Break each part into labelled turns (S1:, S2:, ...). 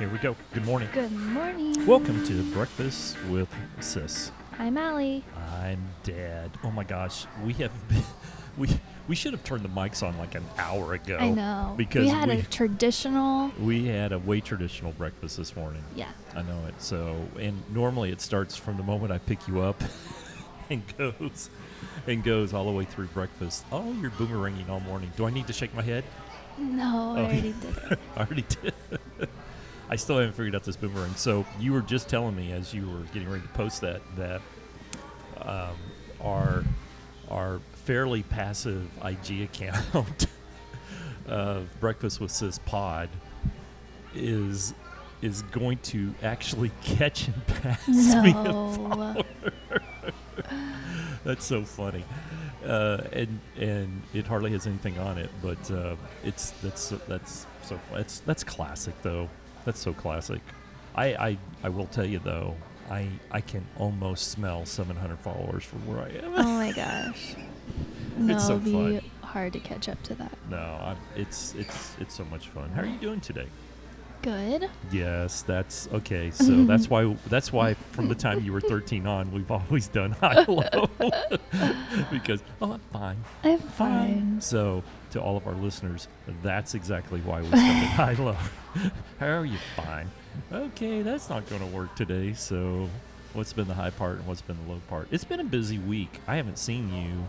S1: we go. Good morning.
S2: Good morning.
S1: Welcome to Breakfast with Sis.
S2: I'm Allie.
S1: I'm Dad. Oh my gosh, we have been, we we should have turned the mics on like an hour ago.
S2: I know.
S1: Oh, because
S2: we had
S1: we-
S2: a traditional.
S1: We had a way traditional breakfast this morning.
S2: Yeah.
S1: I know it. So, and normally it starts from the moment I pick you up and goes and goes all the way through breakfast. Oh, you're boomeranging all morning. Do I need to shake my head?
S2: No, I
S1: Oh.
S2: already did it.
S1: I already did. I still haven't figured out this boomerang. So you were just telling me as you were getting ready to post that that um, our our fairly passive IG account of Breakfast with Sis Pod is is going to actually catch and pass me. a
S2: No.
S1: That's so funny, uh, and and it hardly has anything on it, but uh, it's that's so- that's so that's that's classic though. That's so classic. I, I I will tell you though, I I can almost smell 700 followers from where I am.
S2: oh my gosh. No,
S1: so
S2: it'll be
S1: fun.
S2: hard to catch up to that.
S1: No, i it's it's it's so much fun. How are you doing today?
S2: Good.
S1: Yes, that's okay. So that's why that's why from the time you were 13 on, we've always done high low because oh, I'm fine.
S2: I'm fine.
S1: So, to all of our listeners, that's exactly why we started High Low. How are you? Fine. Okay, that's not going to work today. So, what's been the high part and what's been the low part? It's been a busy week. I haven't seen you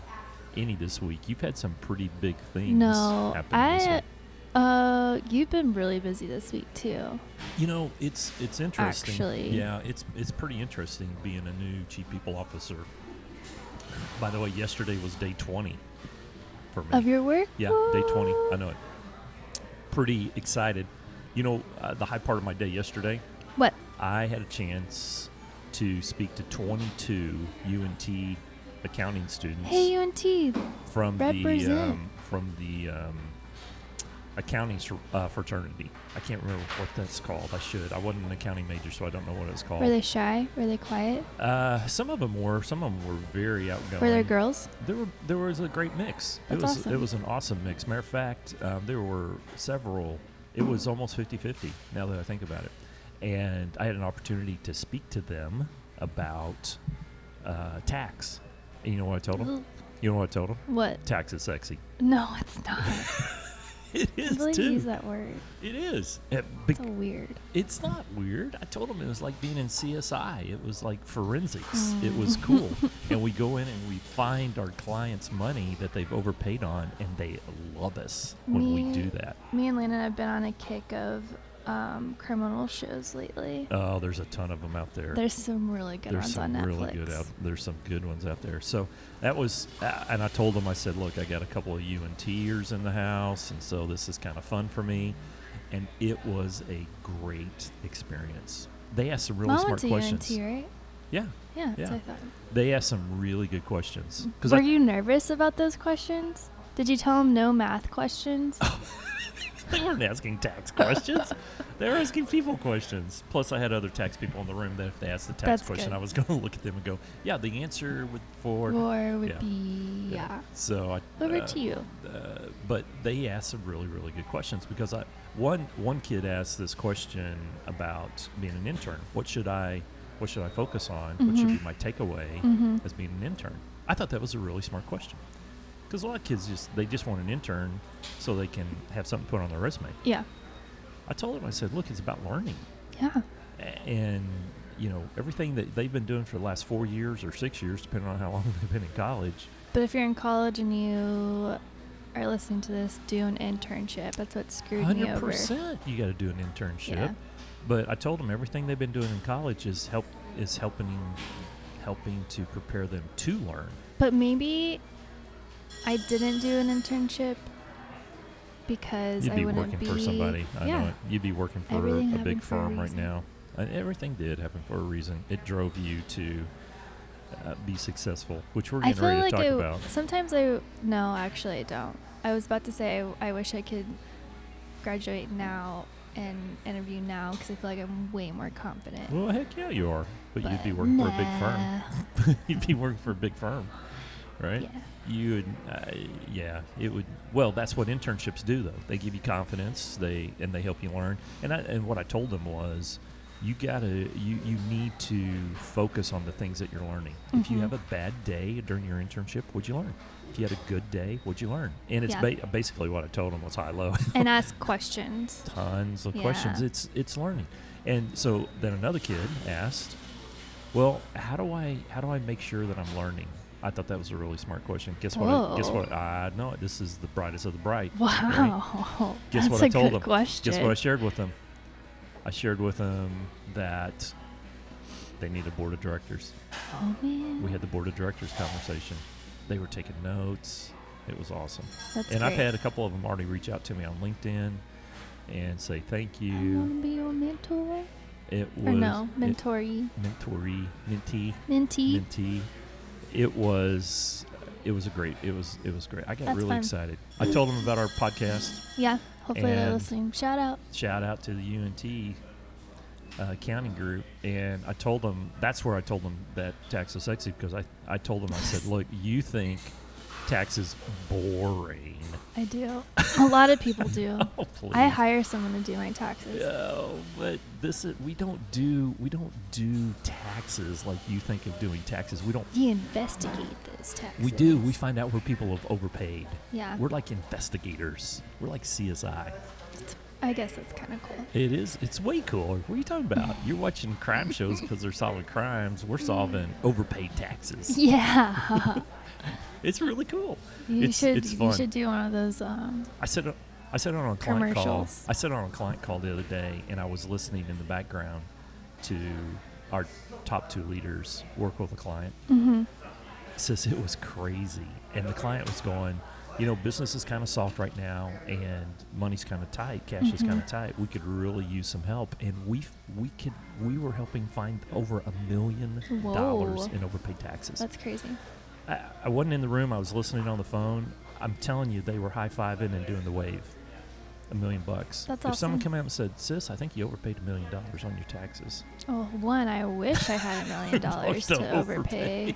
S1: any this week. You've had some pretty big things
S2: No,
S1: happen. this
S2: I.
S1: week.
S2: Uh, you've been really busy this week too.
S1: You know, it's it's interesting.
S2: Actually.
S1: yeah, it's it's pretty interesting being a new chief people officer. By the way, yesterday was day 20 for me.
S2: Of your work.
S1: Yeah, day 20. I
S2: Woo.
S1: know it. Pretty excited. You know, uh, the high part of my day yesterday,
S2: What?
S1: I had a chance to speak to 22 UNT accounting students
S2: Hey, UNT.
S1: from the
S2: represent.
S1: um, from the um, accounting s- uh, fraternity. I can't remember what that's called. I should. I wasn't an accounting major, so I don't know what it's called.
S2: Were they shy? Were they quiet?
S1: uh, some of them were. Some of them were very outgoing.
S2: Were there girls?
S1: There were there was a great mix.
S2: That's
S1: it was it
S2: awesome.
S1: was an awesome mix. Matter of fact, um, there were several. It was almost 50-50 now that I think about it. And I had an opportunity to speak to them about uh, tax. And you know what I told them?
S2: Ooh.
S1: You know what I told them?
S2: What?
S1: Tax is sexy.
S2: No, it's not.
S1: It
S2: I
S1: is
S2: believe you use
S1: too.
S2: that word.
S1: It is. Uh, It- bec-
S2: It's so weird.
S1: it's not weird. I told him it was like being in CSI. It was like forensics. It was
S2: Mm.
S1: cool. and we go in and we find our clients' money that they've overpaid on, and they love us when we do
S2: Me-
S1: that.
S2: Me and Landon have been on a kick of um, criminal shows lately.
S1: Oh, there's a ton of them out there.
S2: There's some really good
S1: there's
S2: ones
S1: some
S2: on Netflix.
S1: really good out. There's some good ones out there. So that was, uh, and I told him I said, look, I got a couple of UNTers in the house, and so this is kind of fun for me. And it was a great experience. They asked some really
S2: Mom
S1: smart
S2: went to
S1: questions.
S2: UNT, right?
S1: Yeah,
S2: Yeah, that's
S1: Yeah.
S2: what I thought.
S1: They asked some really good questions. Because
S2: Were you nervous about those questions? Did you tell him no math questions?
S1: they weren't asking tax questions. they were asking people questions. Plus, I had other tax people in the room that if they asked the tax
S2: That's
S1: question,
S2: good.
S1: I was going to look at them and go, yeah, the answer would for.
S2: Or would
S1: yeah.
S2: be yeah.
S1: So I.
S2: Over
S1: uh,
S2: to you.
S1: uh, but they asked some really, really good questions because I one one kid asked this question about being an intern. What should I what should I focus on? What should be my takeaway
S2: Mhm.
S1: as being an intern? I thought that was a really smart question because a lot of kids just they just want an intern so they can have something put on their resume.
S2: Yeah.
S1: I told him I said, look, it's about learning
S2: Yeah.
S1: A- and you know everything that they've been doing for the last four years or six years, depending on how long they've been in college.
S2: But if you're in college and you are listening to this, do an internship. That's what screwed me over.
S1: percent. You got to do an internship.
S2: Yeah.
S1: But I told them everything they've been doing in college is help is helping helping to prepare them to learn.
S2: But maybe I didn't do an internship because
S1: You'd
S2: I
S1: be
S2: wouldn't
S1: working
S2: be
S1: for somebody. I
S2: yeah.
S1: know it. You'd be working for
S2: Everything
S1: a big
S2: happened for a
S1: firm right
S2: reason.
S1: now. And everything did happen for a reason. It drove you to uh, be successful, which we're
S2: I
S1: getting
S2: feel
S1: ready
S2: like
S1: to talk
S2: I,
S1: about.
S2: sometimes I no, actually I don't. I was about to say I, I wish I could graduate now and interview now because I feel like I'm way more confident.
S1: Well, heck yeah, you are. But, you'd be
S2: But
S1: working for a big
S2: nah.
S1: firm. you'd be working for a big firm. right?
S2: Yeah.
S1: You would, uh, yeah, it would. Well, that's what internships do, though. They give you confidence, they and they help you learn. And I, and what I told them was, you gotta, you you need to focus on the things that you're learning. If you
S2: Mhm.
S1: have a bad day during your internship, what'd you learn? If you had a good day, what'd you learn? And it's
S2: Yeah.
S1: ba- basically what I told them was high low
S2: and ask questions.
S1: tons of questions.
S2: Yeah.
S1: It's it's learning. And so then another kid asked, "Well, how do I how do I make sure that I'm learning?" I thought that was a really smart question. Guess what? I, guess
S2: Whoa.
S1: what? I know it. This is the brightest of the bright.
S2: Wow,
S1: Guess
S2: that's
S1: what
S2: a
S1: I told
S2: good
S1: them?
S2: question.
S1: Guess what I shared with them? I shared with them that they need a board of directors.
S2: oh man,
S1: We had the board of directors conversation. They were taking notes. It was awesome.
S2: that's
S1: and
S2: great.
S1: I've had a couple of them already reach out to me on LinkedIn and say thank you.
S2: I want to be your mentor.
S1: It
S2: Or
S1: was
S2: no,
S1: it-
S2: mentoree,
S1: mentoree, mentee,
S2: mentee.
S1: mentee. It was it was a great it was it was great. I got
S2: That's
S1: really
S2: fun.
S1: excited. I told them about our podcast.
S2: Yeah, hopefully they're
S1: And-
S2: listening. Shout out.
S1: Shout out to the UNT uh, accounting group, and I told them that's where I told them that tax is sexy because I I told them I said, look, you think tax is boring?
S2: I do. a lot of people do.
S1: Oh, please.
S2: I hire someone to do my taxes.
S1: No, but this is, we don't do we don't do taxes like you think of doing taxes. We don't
S2: You investigate those taxes.
S1: We do. We find out where people have overpaid.
S2: yeah,
S1: We're like investigators. We're like CSI.
S2: I guess that's kind of cool.
S1: It is. It's way cooler. What are you talking about? You're watching crime shows because they're solving crimes. We're solving overpaid taxes.
S2: Yeah,
S1: It's really cool.
S2: you
S1: it's,
S2: should.
S1: It's
S2: you
S1: fun.
S2: should do one of those. Um,
S1: I said. I sat on a client call.
S2: Commercials.
S1: I sat on a client call the other day, and I was listening in the background to our top two leaders work with a client.
S2: mhm.
S1: says it was crazy and the client was going you know business is kind of soft right now and money's kind of tight cash is
S2: Mm-hmm.
S1: kind of tight we could really use some help and we we could we were helping find over a million dollars
S2: Whoa.
S1: in overpaid taxes
S2: That's crazy.
S1: I, I wasn't in the room i was listening on the phone i'm telling you they were high-fiving and doing the wave a million bucks
S2: That's
S1: if someone
S2: awesome.
S1: came out and said sis i think you overpaid a million dollars on your taxes
S2: Oh, one. I wish I had a million dollars
S1: Don't
S2: to overpay.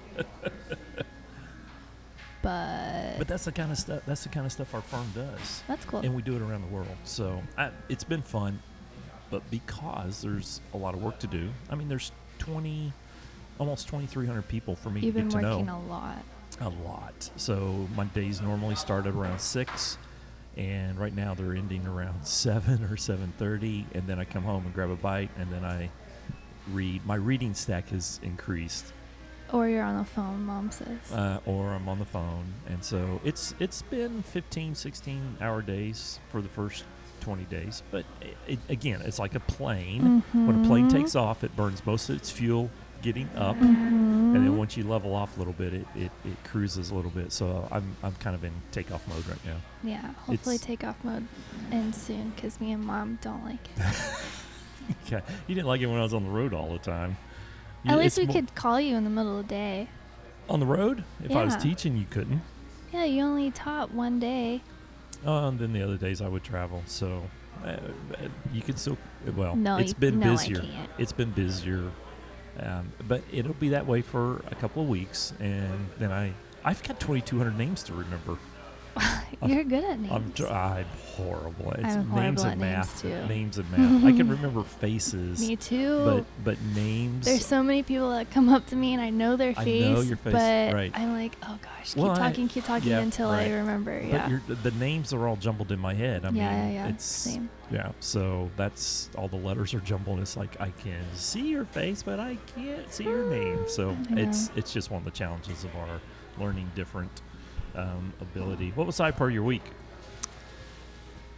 S2: but
S1: but that's the kind of stuff that's the kind of stuff our firm does
S2: that's cool.
S1: and we do it around the world. So I, it's been fun, but because there's a lot of work to do. I mean, there's 20, almost 2,300 people for me
S2: You've
S1: to
S2: been
S1: get to
S2: working
S1: know.
S2: a lot.
S1: A lot. So my days normally start at around six, and right now they're ending around seven or 7:30, and then I come home and grab a bite, and then I read. My reading stack has increased,
S2: Or you're on the phone, mom says.
S1: uh, or I'm on the phone, and so it's it's been 15, 16 hour days for the first 20 days. But i it, again, it's like a plane. When a plane
S2: Mhm.
S1: takes off, it burns most of its fuel getting up, and
S2: Mm-hmm.
S1: then once you level off a little bit, it, it, it cruises a little bit. So I'm I'm kind of in takeoff mode right now.
S2: yeah, hopefully
S1: it's-
S2: take off mode ends soon because me and mom don't like it.
S1: Okay, you didn't like it when I was on the road all the time. You-
S2: At least
S1: it's
S2: we
S1: mo-
S2: could call you in the middle of the day.
S1: on the road. If I was
S2: Yeah.
S1: teaching, you couldn't.
S2: Yeah, you only taught one day.
S1: Oh, and then the other days I would travel. So uh, you could still. Well,
S2: No,
S1: Oh, it's
S2: you-
S1: been
S2: no, I
S1: busier.
S2: can't.
S1: It's been busier, um, but it'll be that way for a couple of weeks, and then I I've got 2,200 names to remember. I'm-
S2: You're good at names.
S1: I'm dr- I'm horrible. It's
S2: I'm
S1: names
S2: horrible
S1: and
S2: at names,
S1: math.
S2: too.
S1: Names and math. I can remember faces,
S2: me too.
S1: but but names.
S2: There's so many people that come up to me and I know their
S1: I
S2: face,
S1: know your face,
S2: but
S1: right.
S2: I'm like, oh gosh, keep
S1: Well, I-
S2: talking, keep talking
S1: yeah,
S2: until
S1: right.
S2: I remember.
S1: but
S2: yeah.
S1: you're, the- the names are all jumbled in my head. I mean,
S2: yeah, yeah, yeah.
S1: it's
S2: Same.
S1: Yeah, so that's all the letters are jumbled. It's like I can see your face, but I can't see your name. So
S2: I know.
S1: it's it's just one of the challenges of our learning different um, ability. What was high part of your week?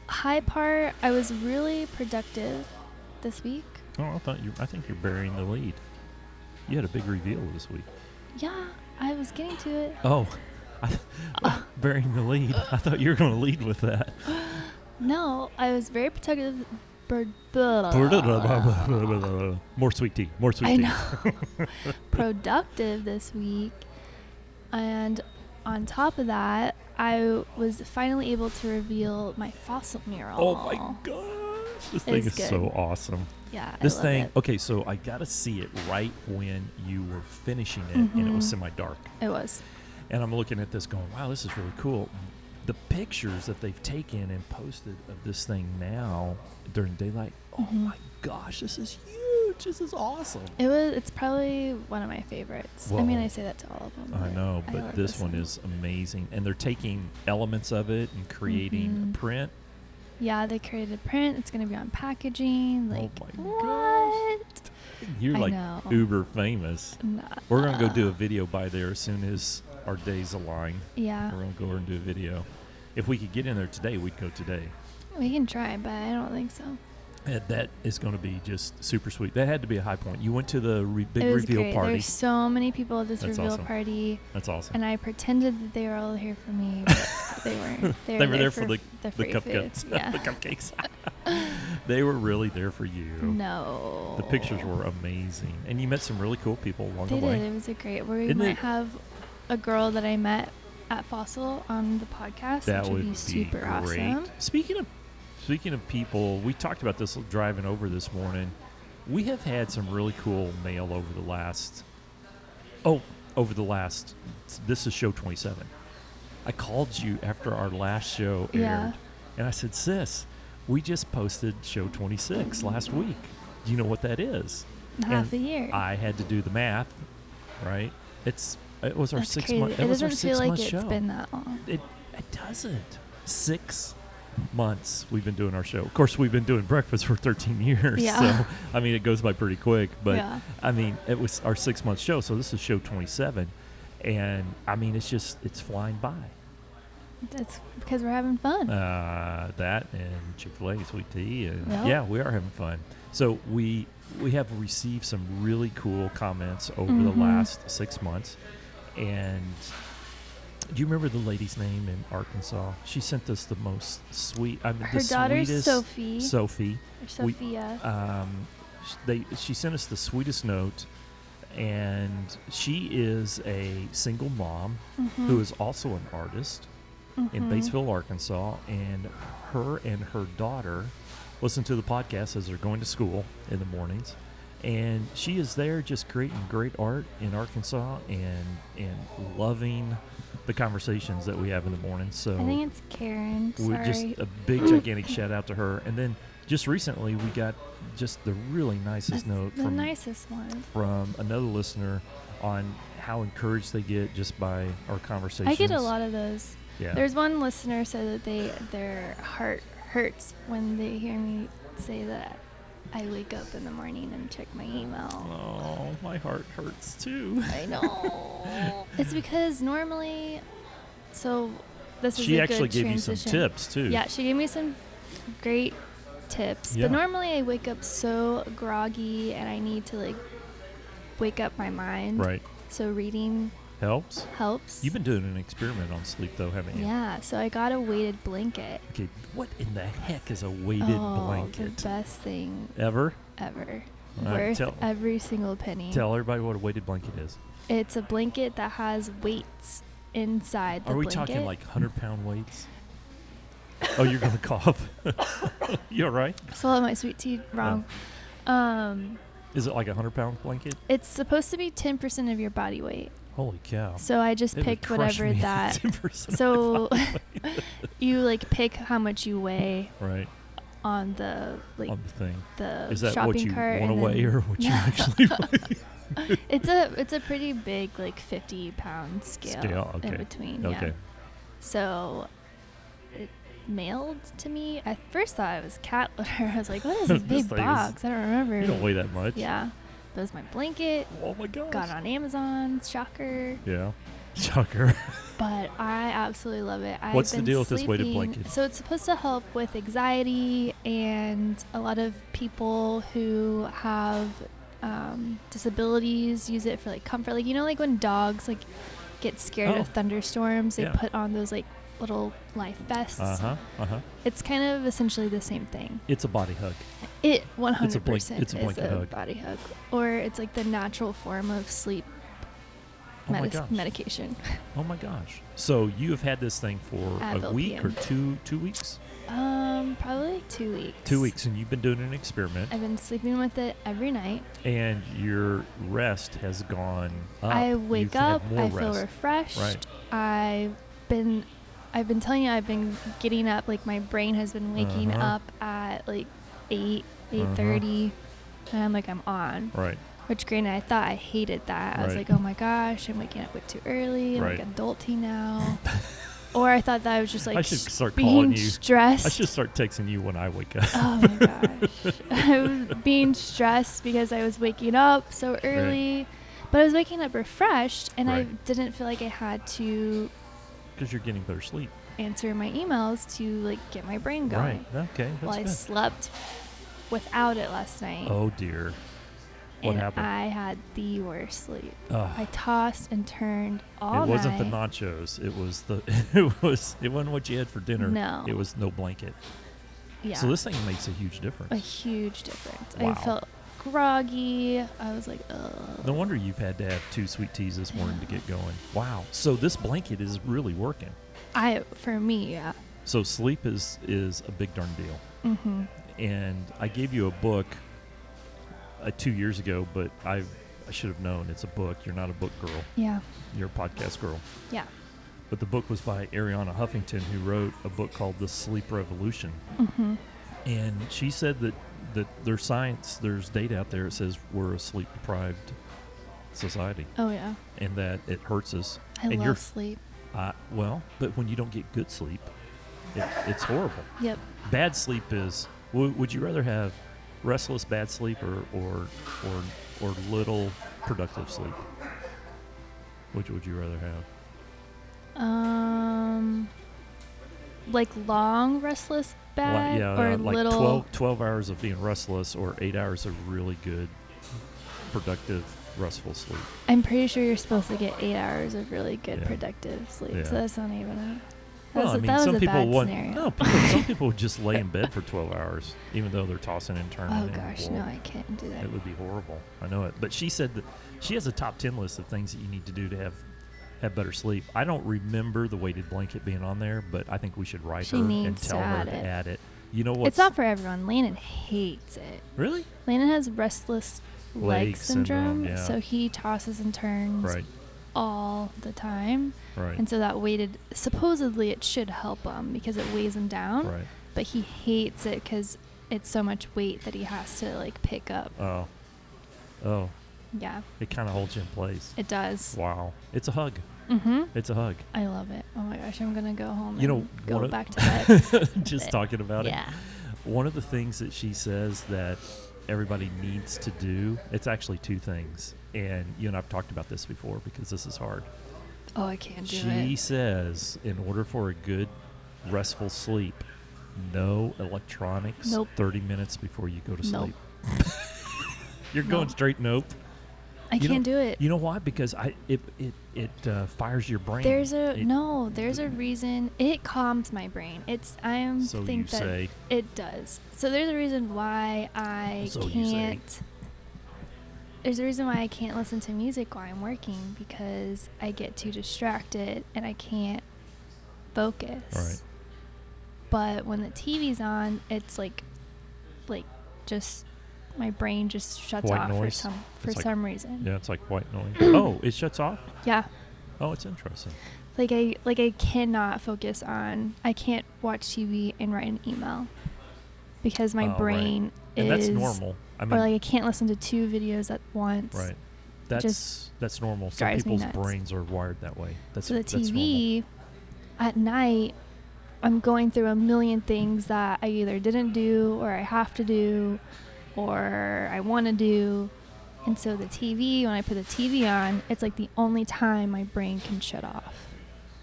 S2: High part, I was really productive this week.
S1: Oh, I thought you. I think you're burying the lead. You had a big reveal this week.
S2: Yeah, I was getting to it.
S1: Oh, I, burying the lead. I thought you were going to lead with that.
S2: No, I was very productive. Bur- blah,
S1: More sweet tea. More sweet
S2: I
S1: tea.
S2: know. productive this week. And on top of that, I was finally able to reveal my fossil mural.
S1: Oh my gosh, this thing
S2: It's
S1: is so
S2: good.
S1: awesome.
S2: Yeah, I
S1: this
S2: love
S1: thing
S2: It.
S1: okay so
S2: Mm-hmm.
S1: i got to see it right when you were finishing it and it was semi-dark
S2: It was.
S1: and I'm looking at this going, wow, this is really cool. The pictures that they've taken and posted of this thing now during daylight, oh
S2: Mhm.
S1: my gosh, this is huge. This is awesome.
S2: It was. It's probably one of my favorites. I mean,
S1: Whoa.
S2: I say that to all of them.
S1: I know,
S2: I
S1: but
S2: love
S1: this one is amazing. And they're taking elements of it and creating
S2: Mhm.
S1: a print.
S2: Yeah, they created a print. It's gonna be on packaging.
S1: Oh
S2: Like
S1: my
S2: what?
S1: You're
S2: I
S1: like
S2: know.
S1: uber famous.
S2: Nah.
S1: We're going to go do a video by there as soon as our days align. We're
S2: Yeah,
S1: going to go over and do a video. If we could get in there today, we'd go today.
S2: we can try, but I don't think so.
S1: Uh, that is going to be just super sweet. That had to be a high point. You went to the re- big
S2: it was
S1: reveal
S2: great.
S1: party.
S2: There's so many people at this
S1: That's
S2: reveal
S1: awesome.
S2: party,
S1: That's awesome.
S2: and I pretended that they were all here for me, but they weren't. They were,
S1: were there for the- the
S2: the, free
S1: cupcakes.
S2: food. Yeah.
S1: the cupcakes. they were really there for you.
S2: No.
S1: The pictures were amazing, and you met some really cool people along
S2: They
S1: the way.
S2: did. It was a great. We
S1: Isn't
S2: might
S1: it-
S2: have a girl that I met at Fossil on the podcast.
S1: That
S2: which
S1: would
S2: be super
S1: great.
S2: awesome.
S1: Speaking of speaking of people, we talked about this driving over this morning. We have had some really cool mail over the last oh over the last this is show twenty seven. I called you after our last show aired,
S2: Yeah.
S1: and I said, "Sis, we just posted show twenty six last week. Do you know what that is?"
S2: Half
S1: And
S2: a year.
S1: I had to do the math, right? It's it was our
S2: That's
S1: six
S2: crazy.
S1: month.
S2: it
S1: was our
S2: doesn't feel
S1: six
S2: like
S1: month
S2: it's
S1: show.
S2: been that long.
S1: It, it doesn't. Six months we've been doing our show. Of course, we've been doing breakfast for 13 years.
S2: Yeah.
S1: So, I mean, it goes by pretty quick. But,
S2: Yeah.
S1: I mean, it was our six month show. So, this is show 27. And, I mean, it's just, it's flying by.
S2: That's because we're having fun.
S1: Uh, that and Chick fil A, sweet tea. And
S2: Yeah.
S1: yeah, we are having fun. So, we, we have received some really cool comments over
S2: Mhm.
S1: the last six months. And do you remember the lady's name in Arkansas? She sent us the most sweet. I mean,
S2: Her
S1: the
S2: daughter's
S1: sweetest
S2: Sophie.
S1: Sophie.
S2: or
S1: we-
S2: Sophia.
S1: Um, sh- they she sent us the sweetest note, and she is a single mom
S2: Mm-hmm.
S1: who is also an artist in
S2: Hmm.
S1: Batesville, Arkansas, and her and her daughter listen to the podcast as they're going to school in the mornings. And she is there just creating great art in Arkansas and and loving the conversations that we have in the morning. So
S2: I think it's Karen.
S1: we
S2: Sorry.
S1: just a big gigantic shout out to her. And then just recently we got just the really
S2: That's
S1: nicest note
S2: the
S1: from
S2: nicest one.
S1: from another listener on how encouraged they get just by our conversations.
S2: I get a lot of those.
S1: Yeah.
S2: There's one listener said that they their heart hurts when they hear me say that I wake up in the morning and check my email.
S1: Oh, my heart hurts too.
S2: I know. it's because normally, so this is
S1: She
S2: a
S1: actually
S2: good
S1: gave you
S2: transition.
S1: some tips too.
S2: Yeah, she gave me some great tips.
S1: Yeah.
S2: But normally I wake up so groggy and I need to like wake up my mind.
S1: Right.
S2: So reading
S1: Helps.
S2: helps.
S1: You've been doing an experiment on sleep though, haven't you?
S2: yeah, so I got a weighted blanket.
S1: Okay. What in the heck is a weighted
S2: oh,
S1: blanket?
S2: The best thing
S1: Ever?
S2: ever.
S1: All right,
S2: Worth
S1: tell-
S2: every single penny.
S1: Tell everybody what a weighted blanket is.
S2: It's a blanket that has weights inside the
S1: Are we
S2: blanket.
S1: talking like 100 pound weights? oh, you're going to cough. you all right?
S2: swallow my sweet tea wrong. Um,
S1: Is it like a 100 pound blanket?
S2: it's supposed to be ten percent of your body weight.
S1: Holy cow.
S2: So I just
S1: It Oh. would
S2: picked
S1: crush
S2: whatever
S1: me
S2: that.
S1: 10% of
S2: So
S1: my body.
S2: you like pick how much you weigh
S1: right.
S2: on the like
S1: on the thing.
S2: the
S1: Is that
S2: shopping
S1: what you
S2: cart.
S1: want to
S2: and
S1: weigh
S2: then-
S1: or what you
S2: No.
S1: actually weigh?
S2: it's a it's a pretty big like fifty pound scale,
S1: Scale, okay.
S2: in between.
S1: Okay.
S2: Yeah. So it mailed to me. I first thought it was cat litter. I was like, what is this
S1: This
S2: big
S1: thing is-
S2: box? I don't remember.
S1: You don't weigh that much.
S2: yeah. That was my blanket.
S1: Oh my gosh.
S2: Got on Amazon, shocker.
S1: Yeah. Shocker.
S2: But I absolutely love it. I've
S1: What's the
S2: been
S1: deal with this weighted
S2: sleeping-
S1: blanket?
S2: So it's supposed to help with anxiety and a lot of people who have um, disabilities use it for like comfort. Like you know, like when dogs like get scared
S1: Oh.
S2: of thunderstorms, they
S1: Yeah.
S2: put on those like little life vests.
S1: Uh huh. Uh huh.
S2: It's kind of essentially the same thing.
S1: It's a body hug.
S2: It 100%
S1: a blank- it's a
S2: is
S1: blanket
S2: a
S1: hug.
S2: body hug, or it's like the natural form of sleep
S1: Oh my
S2: medis-
S1: gosh.
S2: medication.
S1: Oh my gosh! So you have had this thing for a
S2: Advil
S1: week
S2: PM.
S1: or two two weeks?
S2: Um, probably like two weeks.
S1: Two weeks, and you've been doing an experiment,
S2: I've been sleeping with it every night.
S1: and your rest has gone up.
S2: I
S1: You've
S2: wake
S1: had
S2: up,
S1: Oh, more
S2: I
S1: rest.
S2: feel refreshed.
S1: Right.
S2: I've been I've been telling you I've been getting up like my brain has been waking
S1: Uh-huh.
S2: up at like 8
S1: Uh-huh.
S2: 8:30 and I'm like I'm on.
S1: Right.
S2: Which granted I thought I hated that. I was
S1: Right.
S2: like, "Oh my gosh, I'm waking up way too early. I'm like
S1: Right.
S2: adulting now." or I thought that I was just like
S1: I should
S2: s-
S1: start calling
S2: being
S1: you.
S2: stressed.
S1: I should start texting you when I wake up.
S2: Oh my gosh. I was being stressed because I was waking up so early. But I was waking up refreshed and
S1: Right.
S2: I didn't feel like I had to
S1: because you're getting better sleep.
S2: answer my emails to like get my brain going.
S1: Right. Okay. That's
S2: Well, I
S1: good.
S2: slept without it last night.
S1: oh dear. What
S2: and
S1: happened?
S2: I had the worst sleep.
S1: Ugh.
S2: I tossed and turned all
S1: it wasn't the
S2: night.
S1: nachos. It was the. It was. It wasn't what you had for dinner.
S2: No.
S1: It was no blanket.
S2: yeah.
S1: So this thing makes a huge difference.
S2: a huge difference.
S1: Wow.
S2: I felt groggy. I was like, ugh.
S1: No wonder you've had to have two sweet teas this morning to get going. Wow. So this blanket is really working.
S2: I for me, yeah.
S1: So sleep is is a big darn deal.
S2: Mm-hmm.
S1: And I gave you a book uh, two years ago, but I I should have known it's a book. You're not a book girl.
S2: Yeah.
S1: You're a podcast girl.
S2: Yeah.
S1: But the book was by Ariana Huffington, who wrote a book called The Sleep Revolution.
S2: Mm-hmm.
S1: And she said that that there's science, there's data out there that says we're a sleep deprived society,
S2: Oh yeah,
S1: and that it hurts us.
S2: I
S1: and
S2: love
S1: you're
S2: sleep.
S1: Uh, well, but when you don't get good sleep, it, it's horrible.
S2: Yep.
S1: Bad sleep is. W- would you rather have restless bad sleep or or or or little productive sleep? Which would you rather have?
S2: Um, like long restless bed
S1: Like, yeah,
S2: or
S1: uh, like
S2: little.
S1: 12, 12 hours of being restless or eight hours of really good, productive, restful sleep.
S2: I'm pretty sure you're supposed to get eight hours of really good
S1: Yeah.
S2: productive sleep.
S1: Yeah.
S2: So that's not even. A, that
S1: Well,
S2: was,
S1: I
S2: a-
S1: mean,
S2: that was
S1: some
S2: a
S1: people
S2: bad
S1: want Oh,
S2: scenario.
S1: no. People, some people would just lay in bed for twelve hours, even though they're tossing and turning.
S2: Oh
S1: and
S2: gosh,
S1: whoa.
S2: no, I can't do that.
S1: It would be horrible. I know it. But she said that she has a top ten list of things that you need to do to have have better sleep. I don't remember the weighted blanket being on there, but I think we should write her
S2: She
S1: and
S2: needs to
S1: tell her
S2: add
S1: to
S2: it.
S1: add it. You know what?
S2: it's not for everyone. Landon hates it.
S1: really
S2: Landon has restless leg,
S1: Leg syndrome,
S2: syndrome,
S1: yeah.
S2: so he tosses and turns
S1: right,
S2: all the time.
S1: right,
S2: And so that weighted, supposedly it should help him because it weighs him down.
S1: right.
S2: but he hates it because it's so much weight that he has to like pick up.
S1: Oh, oh,
S2: Yeah,
S1: it kind of holds you in place.
S2: it does.
S1: Wow, it's a hug.
S2: Mm-hmm.
S1: It's a hug.
S2: I love it. Oh my gosh, I'm gonna go home.
S1: You know,
S2: and go
S1: one of-
S2: back to bed.
S1: Just
S2: it.
S1: talking about it.
S2: yeah.
S1: One of the things that she says that everybody needs to do, it's actually two things. And you and I've talked about this before because this is hard.
S2: Oh, I can't do
S1: She
S2: it.
S1: says, in order for a good, restful sleep, no electronics
S2: Nope.
S1: 30 minutes before you go to
S2: Nope.
S1: sleep. You're going
S2: Nope.
S1: straight nope.
S2: I
S1: you know-
S2: can't do it.
S1: You know why? Because I it it, it uh, fires your brain.
S2: There's a
S1: It-
S2: no. There's a reason. It calms my brain. It's I'm
S1: So
S2: think
S1: you
S2: that
S1: say.
S2: it does. So there's a reason why I
S1: So you say.
S2: can't. There's a reason why I can't listen to music while I'm working because I get too distracted and I can't focus.
S1: Right.
S2: But when the TV's on, it's like, like, just my brain just shuts
S1: White
S2: off for
S1: noise?
S2: some for
S1: It's like-
S2: some reason.
S1: Yeah, it's like white noise. oh, it shuts off.
S2: yeah.
S1: Oh, it's interesting.
S2: Like I like I cannot focus on I can't watch TV and write an email because my
S1: Oh, right.
S2: brain is
S1: and that's normal. I mean,
S2: or like I can't listen to two videos at once.
S1: right. That's that's normal. Some
S2: drives me
S1: people's
S2: nuts.
S1: brains are wired that way. That's
S2: So the
S1: that's normal.
S2: TV at night I'm going through a million things that I either didn't do or I have to do or I want to do. And so the TV, when I put the TV on, it's like the only time my brain can shut off.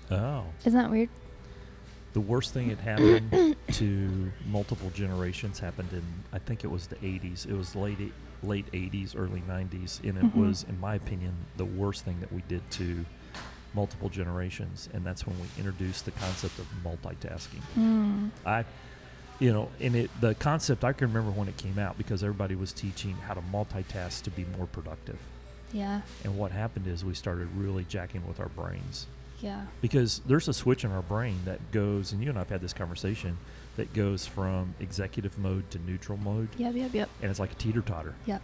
S1: Oh.
S2: Isn't that weird?
S1: The worst thing that happened to multiple generations happened in I think it was the 80s. It was late eight- late 80s, early 90s, and it
S2: Mhm.
S1: was, in my opinion, the worst thing that we did to multiple generations. And that's when we introduced the concept of multitasking.
S2: Mm.
S1: I, you know, and it the concept I can remember when it came out because everybody was teaching how to multitask to be more productive.
S2: Yeah.
S1: And what happened is we started really jacking with our brains
S2: Yeah.
S1: because there's a switch in our brain that goes, and you and I've had this conversation, that goes from executive mode to neutral mode,
S2: Yep. Yep. Yep.
S1: and it's like a teeter totter.
S2: Yep.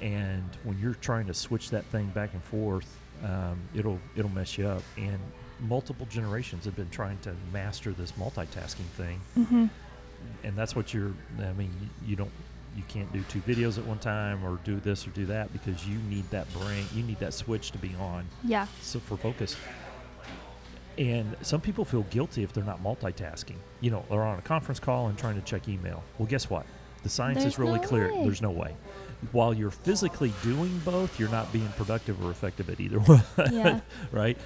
S1: And when you're trying to switch that thing back and forth, um, it'll it'll mess you up. And multiple generations have been trying to master this multitasking thing,
S2: Mm-hmm.
S1: and that's what you're. I mean, you, you don't. You can't do two videos at one time, or do this or do that, because you need that brain. You need that switch to be on
S2: Yeah.
S1: so for focus. And some people feel guilty if they're not multitasking. You know, they're on a conference call and trying to check email. Well, guess what? The science
S2: There's
S1: is really
S2: no
S1: clear.
S2: way.
S1: There's no way. While you're physically doing both, you're not being productive or effective at either one.
S2: Yeah.
S1: right?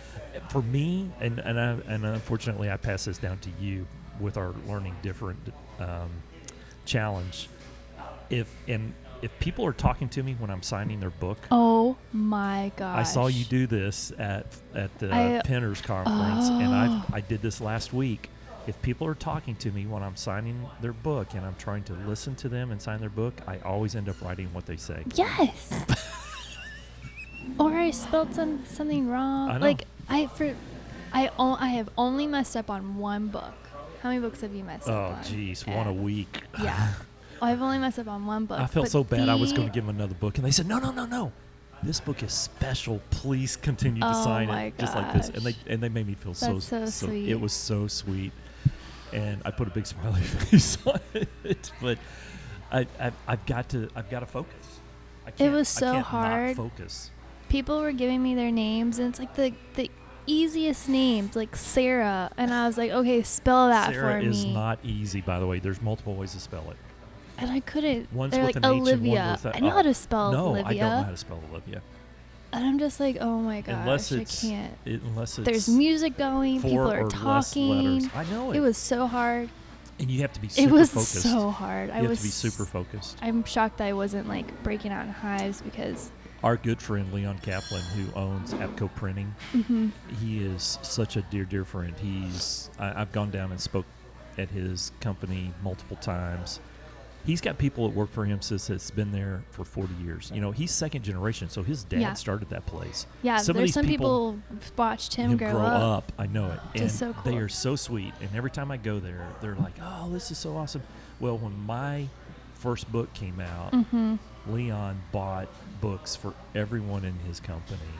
S1: For me, and and I, and unfortunately, I pass this down to you with our learning different um, challenge. If and if people are talking to me when I'm signing their book,
S2: Oh my gosh.
S1: I saw you do this at at the
S2: I-
S1: Pinners conference, and I
S2: Oh.
S1: I did this last week. If people are talking to me when I'm signing their book and I'm trying to listen to them and sign their book, I always end up writing what they say.
S2: Yes. or I spelled some something wrong.
S1: I know.
S2: Like I for I o- I have only messed up on one book. How many books have you messed up
S1: Oh,
S2: on?
S1: jeez, one a
S2: Eh,
S1: week.
S2: Yeah. I've only messed up on one book.
S1: I felt
S2: but
S1: so bad. I was going
S2: the-
S1: to give them another book, and they said, "No, no, no, no. This book is special. Please continue to
S2: Oh
S1: sign
S2: my
S1: it just like this." And
S2: gosh.
S1: they and they made me feel so,
S2: That's so sweet.
S1: It was so sweet, and I put a big smiley face on it. But I, I I've got to I've got to focus. I can't,
S2: was
S1: I
S2: so
S1: can't not
S2: hard.
S1: focus.
S2: people were giving me their names and it's like the the easiest names like Sarah and I was like okay spell that
S1: Sarah
S2: for
S1: is
S2: me
S1: not easy, by the way. There's multiple ways to spell it.
S2: and I couldn't
S1: One's
S2: they're
S1: with
S2: like
S1: an H and one
S2: Olivia
S1: with a-
S2: I know
S1: oh,
S2: how to spell
S1: no, I
S2: Olivia
S1: don't know how to spell Olivia.
S2: and I'm just like oh my gosh
S1: unless
S2: I
S1: it's
S2: can't
S1: it- unless it's
S2: there's music going
S1: four
S2: people
S1: or
S2: are
S1: less
S2: talking
S1: letters. I know it.
S2: it was so hard
S1: and you have to be super
S2: it was
S1: focused.
S2: so hard I
S1: you
S2: was
S1: have to be super focused.
S2: I'm shocked I wasn't like breaking out in hives because
S1: Our good friend Leon Kaplan, who owns Apco Printing,
S2: mhm,
S1: he is such a dear, dear friend. He's I, I've gone down and spoke at his company multiple times. He's got people that work for him since it's been there for 40 years. You know, he's second generation, so his dad
S2: Yeah.
S1: started that place.
S2: yeah
S1: Some of
S2: there's
S1: these
S2: some
S1: people-
S2: people, watched him, grow, up,
S1: up. I know it.
S2: Which is
S1: and
S2: so
S1: They
S2: cool.
S1: are so sweet. And every time I go there, they're like, oh, this is so awesome. Well, when my first book came out,
S2: hmm
S1: Leon bought books for everyone in his company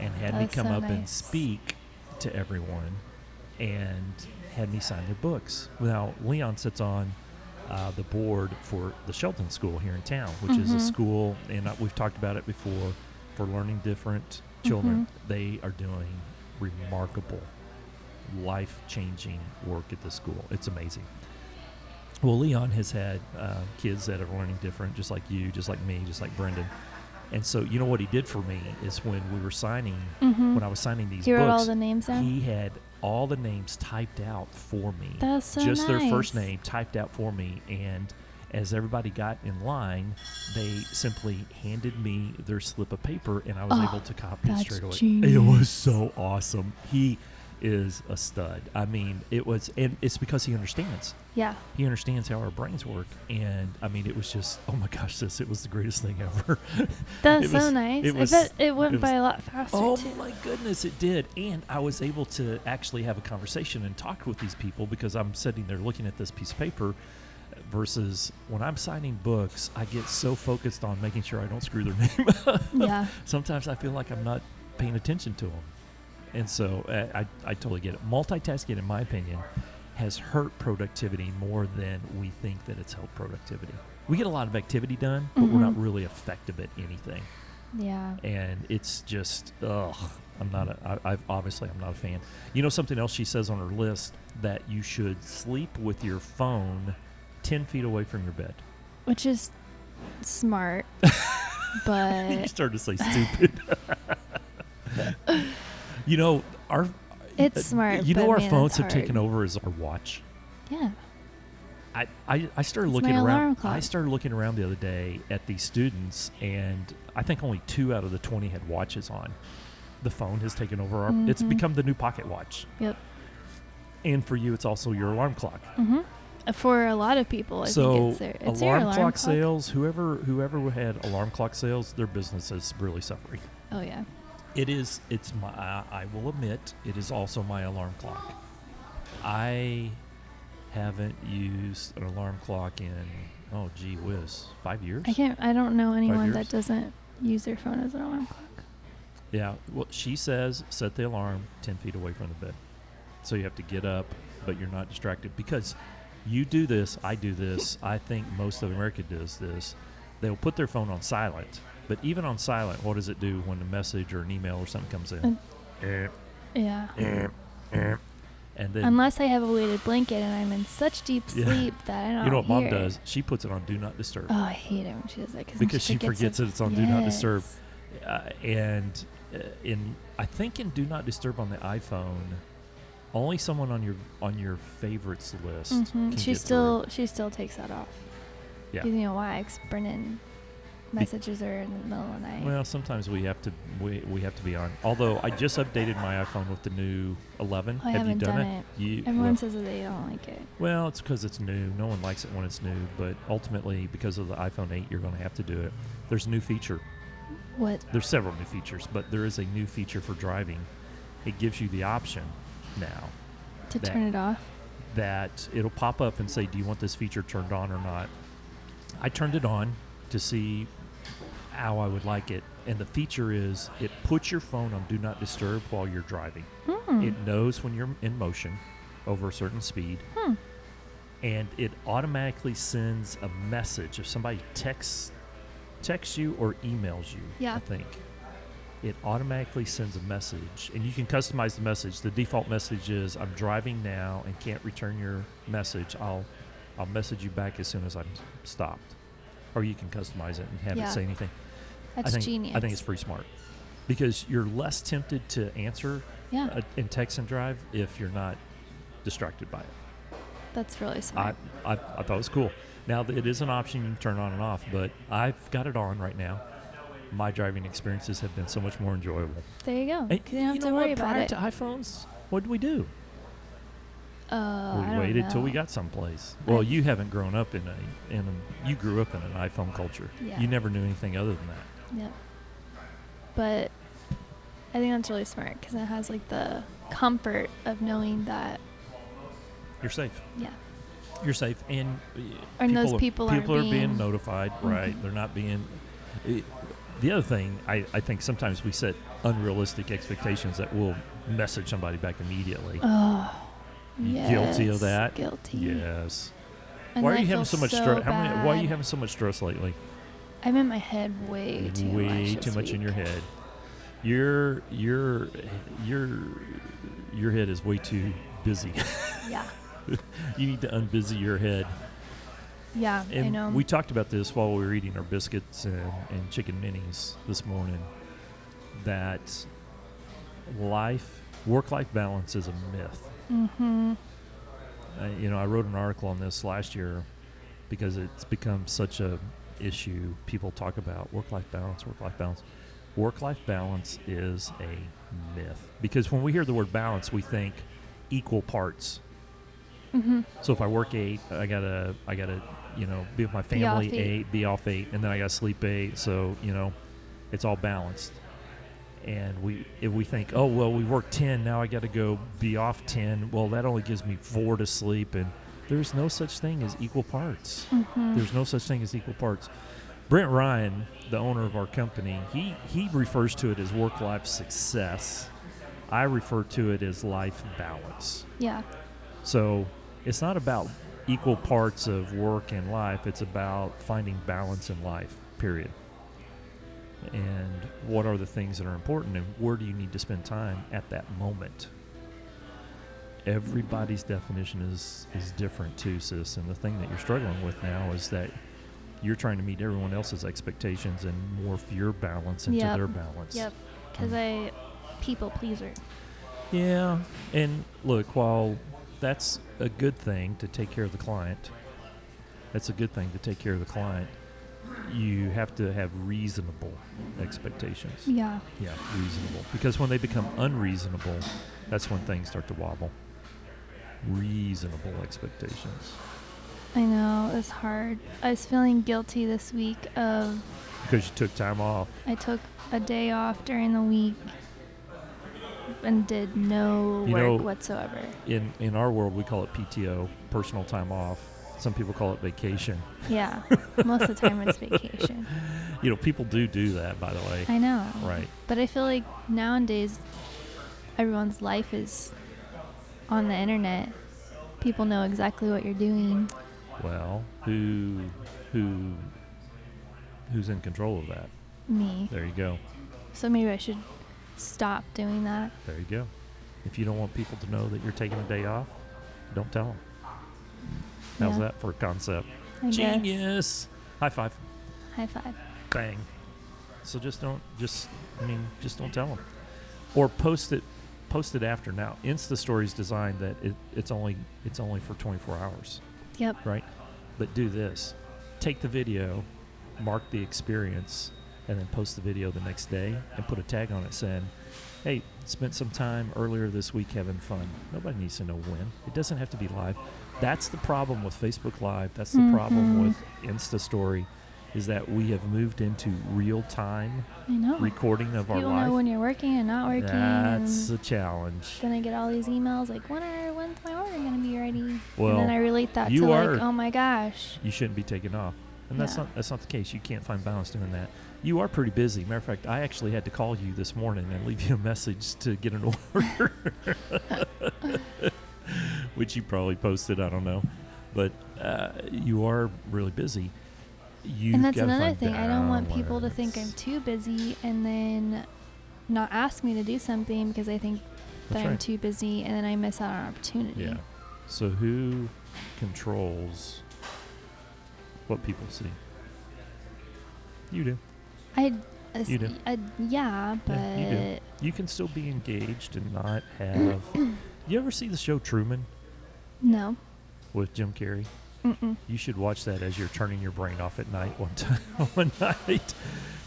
S1: and had me
S2: That's
S1: come
S2: so
S1: up and
S2: nice.
S1: speak to everyone and had me sign their books. Now, Leon sits on uh, the board for the Shelton School here in town, which is a
S2: Mhm.
S1: school, and uh, we've talked about it before, for learning different children.
S2: Mm-hmm.
S1: They are doing remarkable, life changing work at the school. It's amazing. Well, Leon has had uh, kids that are learning different, just like you, just like me, just like Brendan. And so, you know what he did for me is when we were signing,
S2: Mhm.
S1: when I was signing these
S2: he wrote all
S1: books,
S2: the names down
S1: he had all the names typed out for me.
S2: That's so
S1: just their first
S2: nice.
S1: name typed out for me. And as everybody got in line, they simply handed me their slip of paper and I was
S2: Oh,
S1: able to copy it
S2: that's
S1: straight away. It was so awesome. He is a stud. I mean, it was, and it's because he understands
S2: yeah
S1: he understands how our brains work and i mean it was just oh my gosh this it was the greatest thing ever
S2: That's
S1: It
S2: so
S1: was-
S2: nice.
S1: it was-
S2: I bet it went
S1: it was-
S2: by a lot faster
S1: oh
S2: too.
S1: my goodness it did and i was able to actually have a conversation and talk with these people because i'm sitting there looking at this piece of paper versus when i'm signing books i get so focused on making sure i don't screw their name up
S2: yeah,
S1: sometimes i feel like i'm not paying attention to them and so uh, I, I totally get it multitasking in my opinion has hurt productivity more than we think that it's helped productivity we get a lot of activity done but we're not
S2: Mhm.
S1: really effective at anything
S2: yeah.
S1: and it's just ugh i'm not a I, I've, obviously i'm not a fan you know something else she says on her list that you should sleep with your phone 10 feet away from your bed
S2: Which is smart,
S1: you
S2: but
S1: started to say stupid you know our
S2: It's
S1: uh,
S2: smart,
S1: you know
S2: but
S1: our
S2: man,
S1: phones
S2: it's
S1: have taken
S2: hard.
S1: over as our watch
S2: yeah.
S1: I, I, I started
S2: It's
S1: looking
S2: my alarm
S1: around.
S2: clock.
S1: I started looking around the other day at these students, and I think only two out of the twenty had watches on. The phone has taken over. Our, It's
S2: Mhm.
S1: become the new pocket watch.
S2: Yep.
S1: And for you, it's also your alarm clock.
S2: Mm-hmm. for a lot of people, I
S1: so
S2: think it's their,
S1: alarm,
S2: it's their alarm
S1: clock, sales, whoever whoever had alarm clock sales, their business is really suffering.
S2: Oh yeah,
S1: It is. It's my. I I will admit, it is also my alarm clock. I haven't used an alarm clock in oh gee whiz five years.
S2: I can't. I don't know anyone
S1: years?
S2: that doesn't use their phone as an alarm clock.
S1: Yeah. Well, she says set the alarm ten feet away from the bed, so you have to get up, but you're not distracted because you do this. I do this. I think most of America does this. They'll put their phone on silent, but even on silent, what does it do when a message or an email or something comes in? Eh,
S2: Yeah.
S1: eh, eh. and then
S2: Unless I have a weighted blanket and I'm in such deep
S1: Yeah.
S2: sleep that I don't.
S1: you know what mom
S2: hear it.
S1: does? She puts it on do not disturb.
S2: Oh, I hate it when she does that
S1: Because she forgets that it's on Do Not Disturb. uh, and uh, in I think in Do Not Disturb on the iPhone, only someone on your on your favorites list. can
S2: hmm She
S1: get through.
S2: still she still takes that off.
S1: Yeah.
S2: You know why? Because Brennan
S1: Be-
S2: messages her in the middle of the night.
S1: Well, sometimes we have to we, we have to be on. Although I just updated my iPhone with the new 11.
S2: I
S1: have
S2: haven't
S1: you done,
S2: done
S1: it? You,
S2: Everyone
S1: well,
S2: says that they don't like it.
S1: well, it's because it's new. No one likes it when it's new. But ultimately, because of the iPhone 8, you're going to have to do it. There's a new feature.
S2: What?
S1: There's several new features, but there is a new feature for driving. It gives you the option now
S2: To
S1: That-
S2: turn it off?
S1: that it'll pop up and say, "Do you want this feature turned on or not?" I turned it on to see how I would like it, and the feature is it puts your phone on do not disturb while you're driving.
S2: Hmm.
S1: It knows when you're in motion over a certain speed,
S2: Hmm.
S1: and it automatically sends a message if somebody texts texts you or emails you.
S2: Yeah.
S1: I think it automatically sends a message, and you can customize the message. The default message is "I'm driving now and can't return your message. I'll I'll message you back as soon as I'm stopped." Or you can customize it and have
S2: Yeah.
S1: it say anything.
S2: That's
S1: I think,
S2: genius.
S1: I think it's pretty smart because you're less tempted to answer
S2: yeah,
S1: uh, in text and drive if you're not distracted by it.
S2: that's really smart.
S1: I, I, I thought it was cool. Now th- it is an option you can turn on and off, but I've got it on right now. My driving experiences have been so much more enjoyable.
S2: there you go.
S1: And
S2: you don't have
S1: know
S2: to
S1: what?
S2: worry about
S1: Prior
S2: it.
S1: to iPhones, what did we do?
S2: Uh, I
S1: we
S2: don't
S1: waited till we
S2: know.
S1: got someplace.
S2: I-
S1: Well, you haven't grown up in a in a, you grew up in an iPhone culture.
S2: Yeah.
S1: You never knew anything other than that.
S2: Yep. But I think that's really smart because it has like the comfort of knowing that,
S1: You're safe.
S2: yeah,
S1: You're safe, and uh,
S2: And those
S1: are-
S2: people aren't
S1: people are being,
S2: being- Mm-hmm.
S1: notified. Right? They're not being. i the other thing, I, I think sometimes we set unrealistic expectations that we'll message somebody back immediately.
S2: oh,
S1: You guilty of that?
S2: Guilty.
S1: yes.
S2: And
S1: why
S2: then
S1: are
S2: I
S1: you
S2: feel
S1: having so much
S2: so
S1: stress? How many, why are you
S2: bad.
S1: having so much stress lately?
S2: I'm in my head way too much.
S1: Mm-hmm. Way too
S2: this
S1: much in your
S2: week.
S1: head. Your your your your head is way too busy.
S2: Yeah.
S1: you need to unbusy your head.
S2: Yeah.
S1: And
S2: I know.
S1: we talked about this while we were eating our biscuits and, and chicken minis this morning that life, work life balance is a myth.
S2: mm-hmm.
S1: I, you know, I wrote an article on this last year because it's become such a issue people talk about work life balance, work life balance. Work life balance is a myth because when we hear the word balance, we think equal parts.
S2: Mm-hmm.
S1: So if I work eight, I gotta I gotta you know be with my family
S2: off eight.
S1: eight. be off eight, and then I gotta sleep eight. So you know, it's all balanced. And we if we think oh well we work ten now I gotta go be off ten. Well that only gives me four to sleep, and there's no such thing as equal parts.
S2: Mm-hmm.
S1: There's no such thing as equal parts. Brent Ryan, the owner of our company, he he refers to it as work life success. I refer to it as life balance.
S2: Yeah.
S1: So it's not about equal parts of work and life, it's about finding balance in life, period. And what are the things that are important and where do you need to spend time at that moment? Everybody's definition is, is different too, sis. And the thing that you're struggling with now is that you're trying to meet everyone else's expectations and morph your balance into
S2: Yep.
S1: their balance.
S2: Yep. Because I people pleaser.
S1: Yeah, and look, while that's a good thing to take care of the client, that's a good thing to take care of the client. You have to have reasonable expectations.
S2: Yeah.
S1: Yeah, reasonable. Because when they become unreasonable, that's when things start to wobble. Reasonable expectations.
S2: I know it's hard. I was feeling guilty this week of
S1: because you took time off.
S2: I took a day off during the week and did no
S1: You
S2: work
S1: know-
S2: whatsoever.
S1: In in our world, we call it PTO, personal time off. Some people call it vacation.
S2: Yeah, most of the time it's vacation.
S1: You know, people do do that, by the way.
S2: I know.
S1: Right.
S2: But I feel like nowadays, everyone's life is on the internet. People know exactly what you're doing.
S1: Well, who who who's in control of that?
S2: Me.
S1: There you go.
S2: So maybe I should stop doing that.
S1: There you go. If you don't want people to know that you're taking a day off, don't tell them. How's
S2: Yeah,
S1: that for a concept?
S2: I guess.
S1: Genius. High five.
S2: High five.
S1: Bang. So just don't just I mean just don't tell them. Or post it post it after now. Insta stories designed that it, it's only it's only for 24 hours.
S2: Yep.
S1: right? But do this take the video, mark the experience, and then post the video the next day and put a tag on it saying, hey, spent some time earlier this week having fun. Nobody needs to know when. It doesn't have to be live. That's the problem with Facebook Live. That's the problem
S2: Mhm.
S1: with Insta Story is that we have moved into real time
S2: I know.
S1: recording of our
S2: People know
S1: life.
S2: when you're working and not working.
S1: That's
S2: and
S1: a challenge.
S2: gonna get all these emails like, when are when's my order gonna be ready?
S1: Well,
S2: and then I relate that
S1: you
S2: to
S1: are-
S2: like, oh my gosh.
S1: you shouldn't be taking off. And that's
S2: Yeah.
S1: not that's not the case. You can't find balance doing that. You are pretty busy. Matter of fact, I actually had to call you this morning and leave you a message to get an order, which you probably posted. I don't know, but uh, you are really busy. You
S2: and that's another thing. I don't want people to think I'm too busy and then not ask me to do something because I think that
S1: That's
S2: I'm
S1: right.
S2: too busy and then I miss out on opportunity.
S1: yeah. So who controls what people see? You do.
S2: I, I s-
S1: You do.
S2: I- yeah, but
S1: Yeah, you do. You can still be engaged and not have. you ever see the show Truman
S2: no.
S1: with Jim Carrey?
S2: Mm-mm.
S1: You should watch that as you're turning your brain off at night one time one night.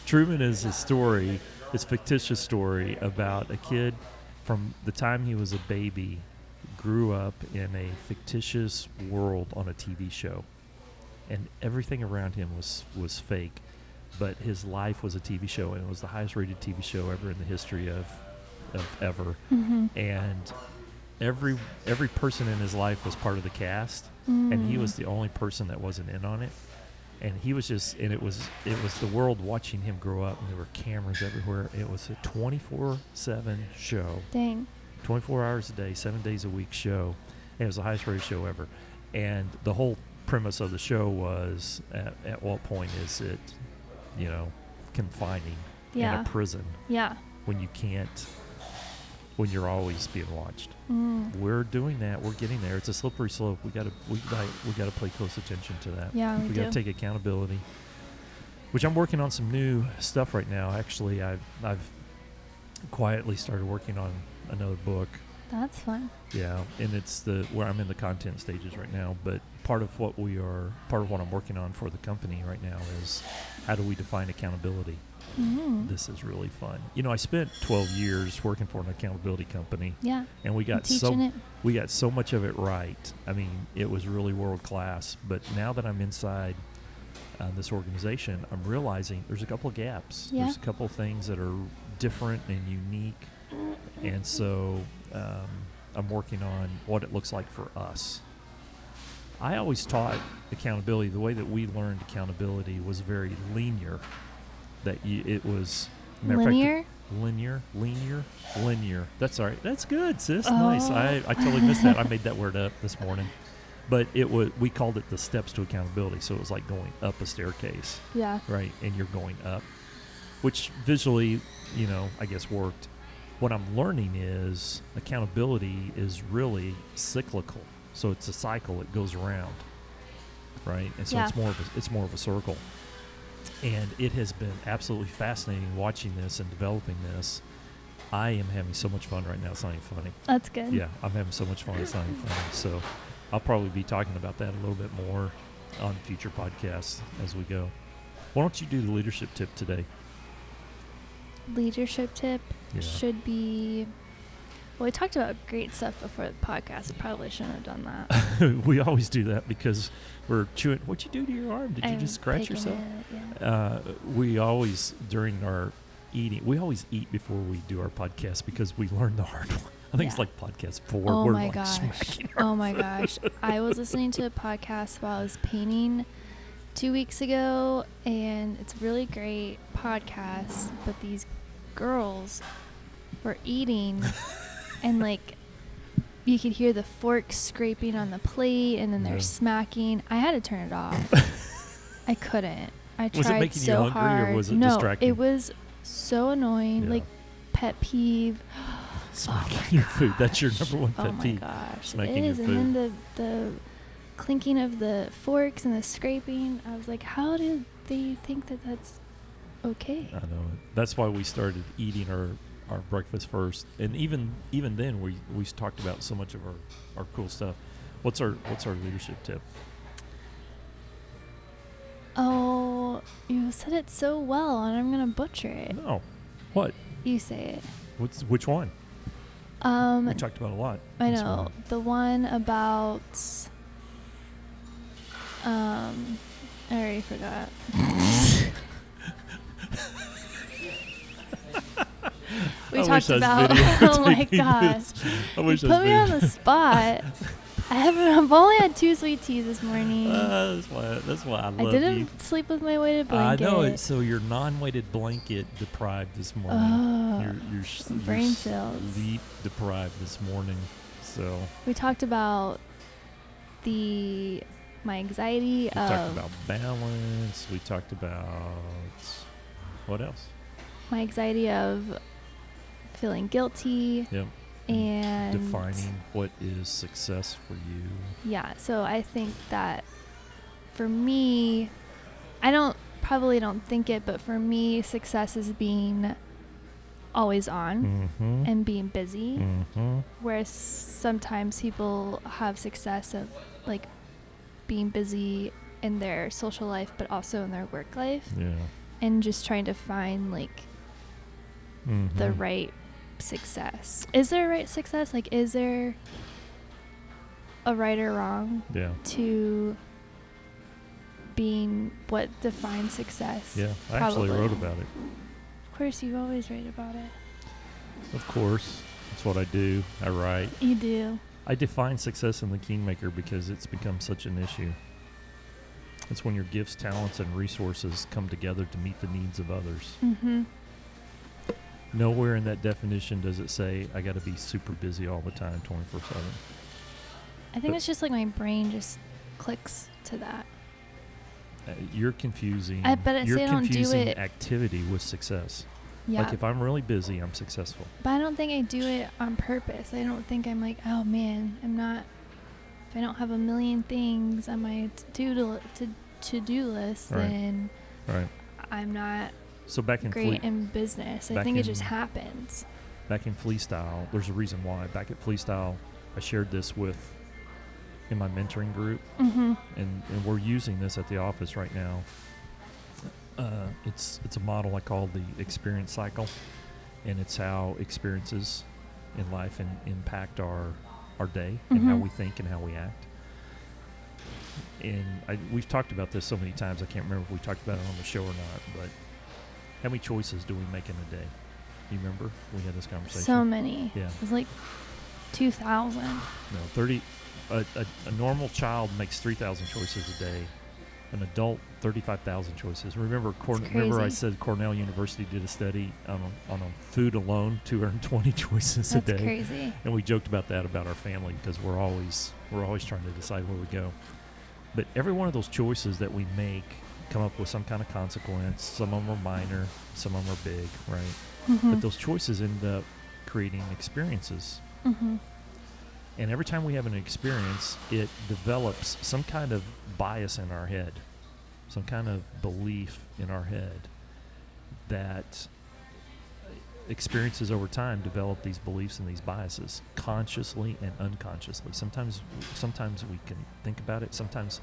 S1: Truman is a story, this fictitious story about a kid from the time he was a baby grew up in a fictitious world on a TV show. And everything around him was was fake, but his life was a TV show and it was the highest rated TV show ever in the history of of ever
S2: Mm-hmm.
S1: and every every person in his life was part of the cast and he
S2: Mm.
S1: was the only person that wasn't in on it and he was just and it was it was the world watching him grow up and there were cameras everywhere it was a 24/7 show
S2: Dang.
S1: 24 hours a day 7 days a week show and it was the highest rated show ever and the whole premise of the show was at, at what point is it you know confining in
S2: Yeah.
S1: a prison
S2: Yeah.
S1: when you can't when you're always being watched
S2: Mm.
S1: we're doing that. We're getting there. It's a slippery slope. We gotta we gotta, we gotta pay close attention to that.
S2: Yeah, we,
S1: we
S2: do.
S1: gotta take accountability. Which I'm working on some new stuff right now. Actually, I've I've quietly started working on another book.
S2: That's fun.
S1: Yeah, and it's the where I'm in the content stages right now. But part of what we are part of what I'm working on for the company right now is how do we define accountability.
S2: Mm.
S1: This is really fun. You know, I spent 12 years working for an accountability company,
S2: Yeah.
S1: and we
S2: I'm
S1: got so
S2: teaching it.
S1: we got so much of it right. I mean, it was really world class. But now that I'm inside uh, this organization, I'm realizing there's a couple of gaps.
S2: Yeah.
S1: There's a couple of things that are different and unique. And so um, I'm working on what it looks like for us. I always taught accountability. The way that we learned accountability was very linear. That you, it was matter of fact,
S2: Linear.
S1: Linear, linear, linear. That's all right. That's good, sis. Nice. I,
S2: Oh.
S1: I totally missed that. I made that word up this morning. But it was we called it the steps to accountability. So it was like going up a staircase,
S2: Yeah.
S1: right? And you're going up, which visually, you know, I guess worked. What I'm learning is accountability is really cyclical. So it's a cycle. It goes around, right? And so
S2: Yeah.
S1: it's more of a, it's more of a circle. And it has been absolutely fascinating watching this and developing this. I am having so much fun right now. It's not even funny.
S2: That's good.
S1: Yeah, I'm having so much fun. It's not even funny. So I'll probably be talking about that a little bit more on future podcasts as we go. Why don't you do the leadership tip today?
S2: Leadership tip
S1: Yeah.
S2: should be Well, we talked about great stuff before the podcast. I probably shouldn't have done that.
S1: we always do that because we're chewing. What'd you do to your arm? Did you
S2: I'm
S1: just scratch
S2: picking
S1: yourself?
S2: it, yeah.
S1: Uh, we always during our eating, we always eat before we do our podcast because we learn the hard one. I think it's
S2: Yeah.
S1: like podcast four.
S2: Oh
S1: we're
S2: my
S1: like
S2: gosh.
S1: smacking our-
S2: Oh my gosh. I was listening to a podcast while I was painting two weeks ago, and it's a really great podcast. But these girls were eating, and like you could hear the fork scraping on the plate, and then they're
S1: Yeah.
S2: smacking. I had to turn it off. I couldn't. I tried
S1: Was it making you
S2: so
S1: hungry or
S2: hard.
S1: was it
S2: no,
S1: distracting?
S2: it was so annoying.
S1: Yeah.
S2: Like pet peeve.
S1: smacking your food. That's your number one
S2: Oh
S1: pet
S2: my
S1: peeve.
S2: gosh, it
S1: smacking your
S2: is. And then the the clinking of the forks and the scraping. I was like, how did they think that that's okay?
S1: I know. it. That's why we started eating our, our breakfast first, and even even then we we talked about so much of our, our cool stuff. What's our what's our leadership tip?
S2: Oh, you said it so well, and I'm gonna butcher it.
S1: No, what?
S2: You say it.
S1: What's which one?
S2: Um,
S1: We talked about a lot.
S2: I
S1: this
S2: know
S1: morning.
S2: the one about. Um, I already forgot. we
S1: I wish
S2: talked
S1: I was
S2: about.
S1: videotaping
S2: oh my
S1: this.
S2: gosh.
S1: I wish I
S2: you
S1: was
S2: put me on
S1: video-
S2: the spot. I haven't. I've only had two sweet teas this morning.
S1: Uh, that's why. That's why I
S2: I
S1: love
S2: didn't
S1: you.
S2: sleep with my weighted
S1: I
S2: blanket.
S1: know. It, so you're non-weighted blanket deprived this morning.
S2: Oh,
S1: you're, you're, s- you're
S2: brain cells.
S1: sleep deprived this morning. So
S2: we talked about the my anxiety
S1: we
S2: of
S1: talked about balance. We talked about what else?
S2: my anxiety of feeling guilty
S1: Yep. Mm,
S2: and
S1: defining what is success for you.
S2: Yeah, so I think that for me, I don't probably don't think it, but for me, success is being always on
S1: Mm-hmm.
S2: and being busy.
S1: mm-hmm.
S2: whereas sometimes people have success of like being busy in their social life but also in their work life
S1: Yeah.
S2: and just trying to find like the
S1: Mhm.
S2: right success is there a right success like is there a right or wrong
S1: Yeah.
S2: to being what defines success
S1: Yeah. I actually
S2: Probably.
S1: wrote about it.
S2: of course you always write about it
S1: Of course, that's what I do. I write.
S2: you do
S1: I define success in the Kingmaker because it's become such an issue. It's when your gifts, talents, and resources come together to meet the needs of others.
S2: mm-hmm
S1: Nowhere in that definition does it say I got to be super busy all the time, twenty four seven.
S2: i
S1: But-
S2: think it's just like my brain just clicks to that
S1: Uh, You're confusing.
S2: I- but I
S1: you're
S2: say I don't do
S1: confusing
S2: it-
S1: activity with success.
S2: yeah
S1: Like if I'm really busy, I'm successful.
S2: But I don't think I do it on purpose. I don't think I'm like, oh man, I'm not. If I don't have a million things on my to do to to do list,
S1: Right.
S2: then
S1: Right.
S2: I'm not
S1: So back in
S2: great
S1: Fle-
S2: in business. I
S1: back
S2: think it just
S1: in-
S2: happens.
S1: back in Fleestyle, there's a reason why. Back at Fleestyle, I shared this with in my mentoring group.
S2: Mm-hmm.
S1: and, and we're using this at the office right now. Uh, it's it's a model I call the experience cycle, and it's how experiences in life and impact our our day and how
S2: Mhm.
S1: we think and how we act. And I, we've talked about this so many times. I can't remember if we talked about it on the show or not. But how many choices do we make in a day? You remember we had this conversation.
S2: So many.
S1: yeah.
S2: It's like two thousand.
S1: No, thirty. A, a, a normal child makes three thousand choices a day. An adult, thirty-five thousand choices. Remember, Corn-
S2: It's
S1: remember I
S2: crazy.
S1: said Cornell University did a study on on food alone, two hundred twenty choices
S2: That's
S1: a day,
S2: crazy.
S1: and we joked about that about our family because we're always we're always trying to decide where we go. But every one of those choices that we make come up with some kind of consequence. Some of them are minor, some of them are big, right?
S2: Mm-hmm.
S1: But those choices end up creating experiences
S2: mm-hmm.
S1: and every time we have an experience, it develops some kind of bias in our head, some kind of belief in our head that experiences over time develop these beliefs and these biases consciously and unconsciously. Sometimes sometimes we can think about it. Sometimes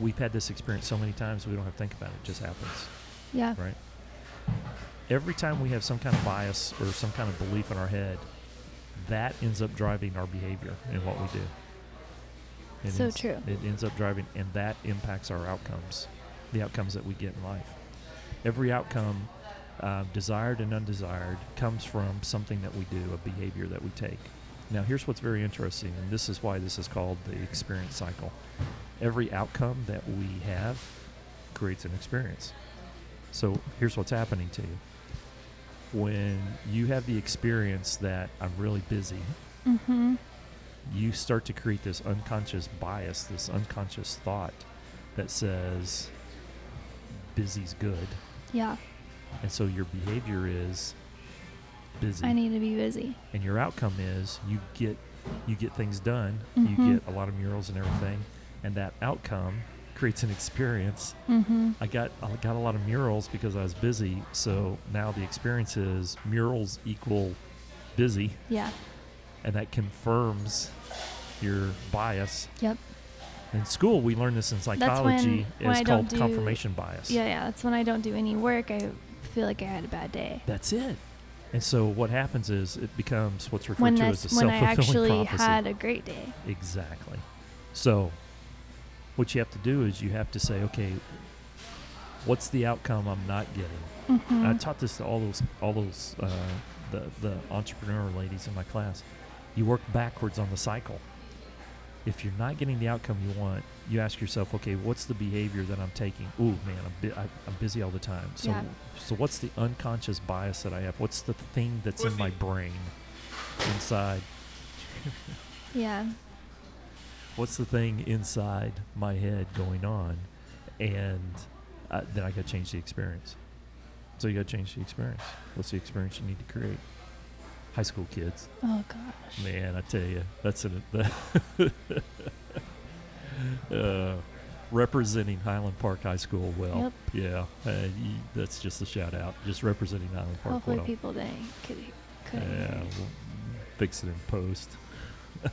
S1: we've had this experience so many times we don't have to think about it. It just happens
S2: Yeah.
S1: right? Every time we have some kind of bias or some kind of belief in our head, that ends up driving our behavior and what we do. It
S2: So
S1: ends-
S2: true.
S1: It ends up driving, and that impacts our outcomes, the outcomes that we get in life. Every outcome, uh, desired and undesired, comes from something that we do, a behavior that we take. Now, here's what's very interesting, and this is why this is called the experience cycle. Every outcome that we have creates an experience. So, here's what's happening to you. When you have the experience that I'm really busy,
S2: Mm-hmm.
S1: you start to create this unconscious bias, this unconscious thought that says busy's good.
S2: Yeah.
S1: And so your behavior is busy.
S2: I need to be busy.
S1: and your outcome is you get you get things done,
S2: Mhm.
S1: you get a lot of murals and everything, and that outcome creates an experience.
S2: Mm-hmm.
S1: I got I got a lot of murals because I was busy, so now the experience is murals equal busy
S2: Yeah.
S1: and that confirms your bias.
S2: Yep.
S1: In school, we learn this in psychology.
S2: when I
S1: it's
S2: don't
S1: called
S2: do-
S1: confirmation bias.
S2: Yeah. Yeah. That's when I don't do any work. I feel like I had a bad day.
S1: That's it. And so what happens is it becomes what's referred
S2: When
S1: to
S2: that's
S1: as a
S2: when I
S1: self-fulfilling
S2: actually
S1: prophecy.
S2: had a great day.
S1: exactly. So what you have to do is you have to say, okay, what's the outcome I'm not getting?
S2: Mm-hmm.
S1: I Uh, taught this to all those all those uh, the the entrepreneur ladies in my class. You work backwards on the cycle. If you're not getting the outcome you want, you ask yourself, okay, what's the behavior that I'm taking? Ooh, man, I'm, bu- I, I'm busy all the time. So,
S2: Yeah.
S1: so what's the unconscious bias that I have? What's the thing that's in my brain inside?
S2: yeah.
S1: What's the thing inside my head going on? And uh, then I got to change the experience. So you got to change the experience. What's the experience you need to create? High school kids,
S2: Oh gosh.
S1: man, I tell you, that's an uh, representing Highland Park High School well. Yeah, uh, you, that's just a shout out. Just representing Highland Park
S2: Hopefully
S1: well.
S2: people didn't could could.
S1: Yeah, we'll fix it in post.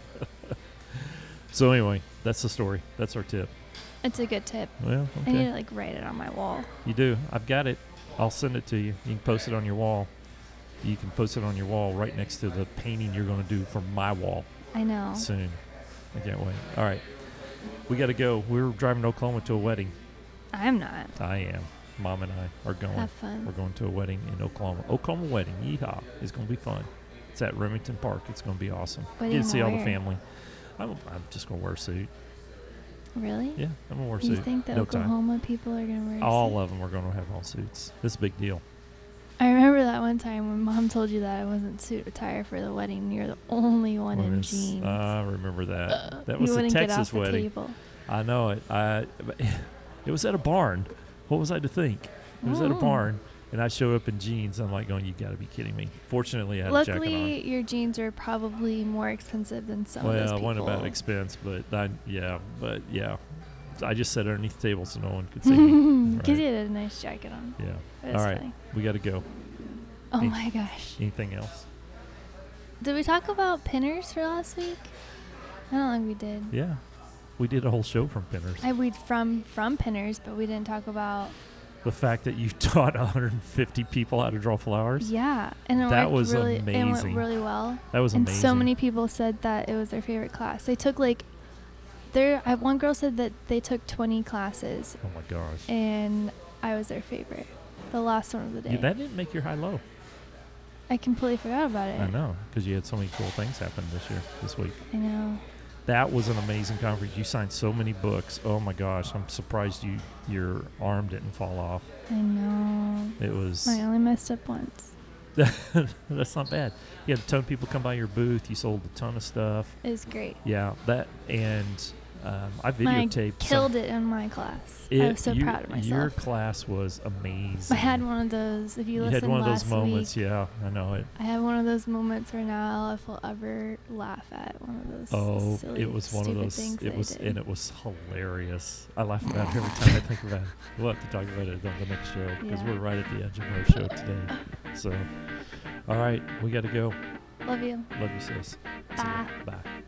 S1: so anyway, that's the story. That's our tip.
S2: It's a good tip.
S1: Well,
S2: I need
S1: okay.
S2: to like write it on my wall.
S1: You do. I've got it. I'll send it to you. You can post it on your wall. You can post it on your wall right next to the painting you're going to do for my wall
S2: I know.
S1: soon. I can't wait. All right. We got to go. We're driving to Oklahoma to a wedding.
S2: I'm not.
S1: I am. Mom and I are going.
S2: Have
S1: We're
S2: fun.
S1: going to a wedding in Oklahoma. Oklahoma wedding. Yeehaw. It's going to be fun. It's at Remington Park. It's going to be awesome.
S2: What are
S1: you
S2: you
S1: can see
S2: gonna
S1: all the
S2: wear?
S1: family. I'm, I'm just going to wear a suit.
S2: Really?
S1: Yeah, I'm going to wear a
S2: you
S1: suit.
S2: think that
S1: no time.
S2: Oklahoma people are gonna wear?
S1: All
S2: suits?
S1: of them are going to have on suits. This is a big deal.
S2: I remember that one time when mom told you that I wasn't suit attire for the wedding. You're the only one
S1: Well,
S2: in
S1: it's-
S2: jeans.
S1: I remember that.
S2: Ugh.
S1: Uh, that
S2: you
S1: was a
S2: wouldn't get
S1: Texas
S2: off the
S1: wedding.
S2: Table.
S1: I know it. I, it was at a barn. What was I to think? It was at a
S2: Mm.
S1: barn, and I show up in jeans. I'm like, going, you got to be kidding me. Fortunately, I had a jacket on.
S2: Luckily, your jeans are probably more expensive than some of those
S1: Well, it
S2: people.
S1: wasn't about expense, but I, yeah, but yeah, I just sat underneath the table so no one could see me.
S2: Because you
S1: Right.
S2: had a nice jacket on.
S1: Yeah.
S2: It was
S1: All right.
S2: funny.
S1: We got to go.
S2: Oh
S1: Hey.
S2: my gosh.
S1: Anything else?
S2: Did we talk about pinners for last week? I don't think we did.
S1: Yeah. We did a whole show from Pinners.
S2: I we from from pinners, but we didn't talk about
S1: The fact that you taught 150 people how to draw flowers,
S2: yeah, and it
S1: That
S2: worked
S1: was
S2: really, It
S1: amazing.
S2: went really well.
S1: that was
S2: and
S1: amazing.
S2: so many people said that it was their favorite class. They took like, there. I, one girl said that they took 20 classes,
S1: Oh my gosh.
S2: and I was their favorite. The last one of the day.
S1: Yeah, that didn't make your high low.
S2: I completely forgot about it.
S1: I know, because you had so many cool things happen this year, this week.
S2: I know.
S1: That was an amazing conference. You signed so many books. Oh my gosh, I'm surprised you your arm didn't fall off.
S2: I know.
S1: It was
S2: I only messed up once.
S1: that's not bad. You had a ton of people come by your booth. You sold a ton of stuff.
S2: It was great.
S1: Yeah, that and um, I
S2: My
S1: videotaped.
S2: Killed it in my class.
S1: Some,
S2: I was so
S1: you-
S2: proud of
S1: Your
S2: myself.
S1: class was amazing.
S2: I had one of those. If
S1: You
S2: you, listen
S1: had one of
S2: last
S1: those moments.
S2: week,
S1: Yeah, I know it.
S2: I had one of those moments where now if we'll ever laugh at one of those.
S1: Oh,
S2: silly,
S1: it was one of
S2: stupid
S1: those.
S2: things that
S1: It
S2: I
S1: was
S2: did.
S1: and it was hilarious. I laugh about it every time I think about it. We'll have to talk about it on the next show because
S2: Yeah.
S1: we're right at the edge of our show today. So, all right, we got to go.
S2: Love you.
S1: Love you, sis. See ya.
S2: Bye.
S1: Bye.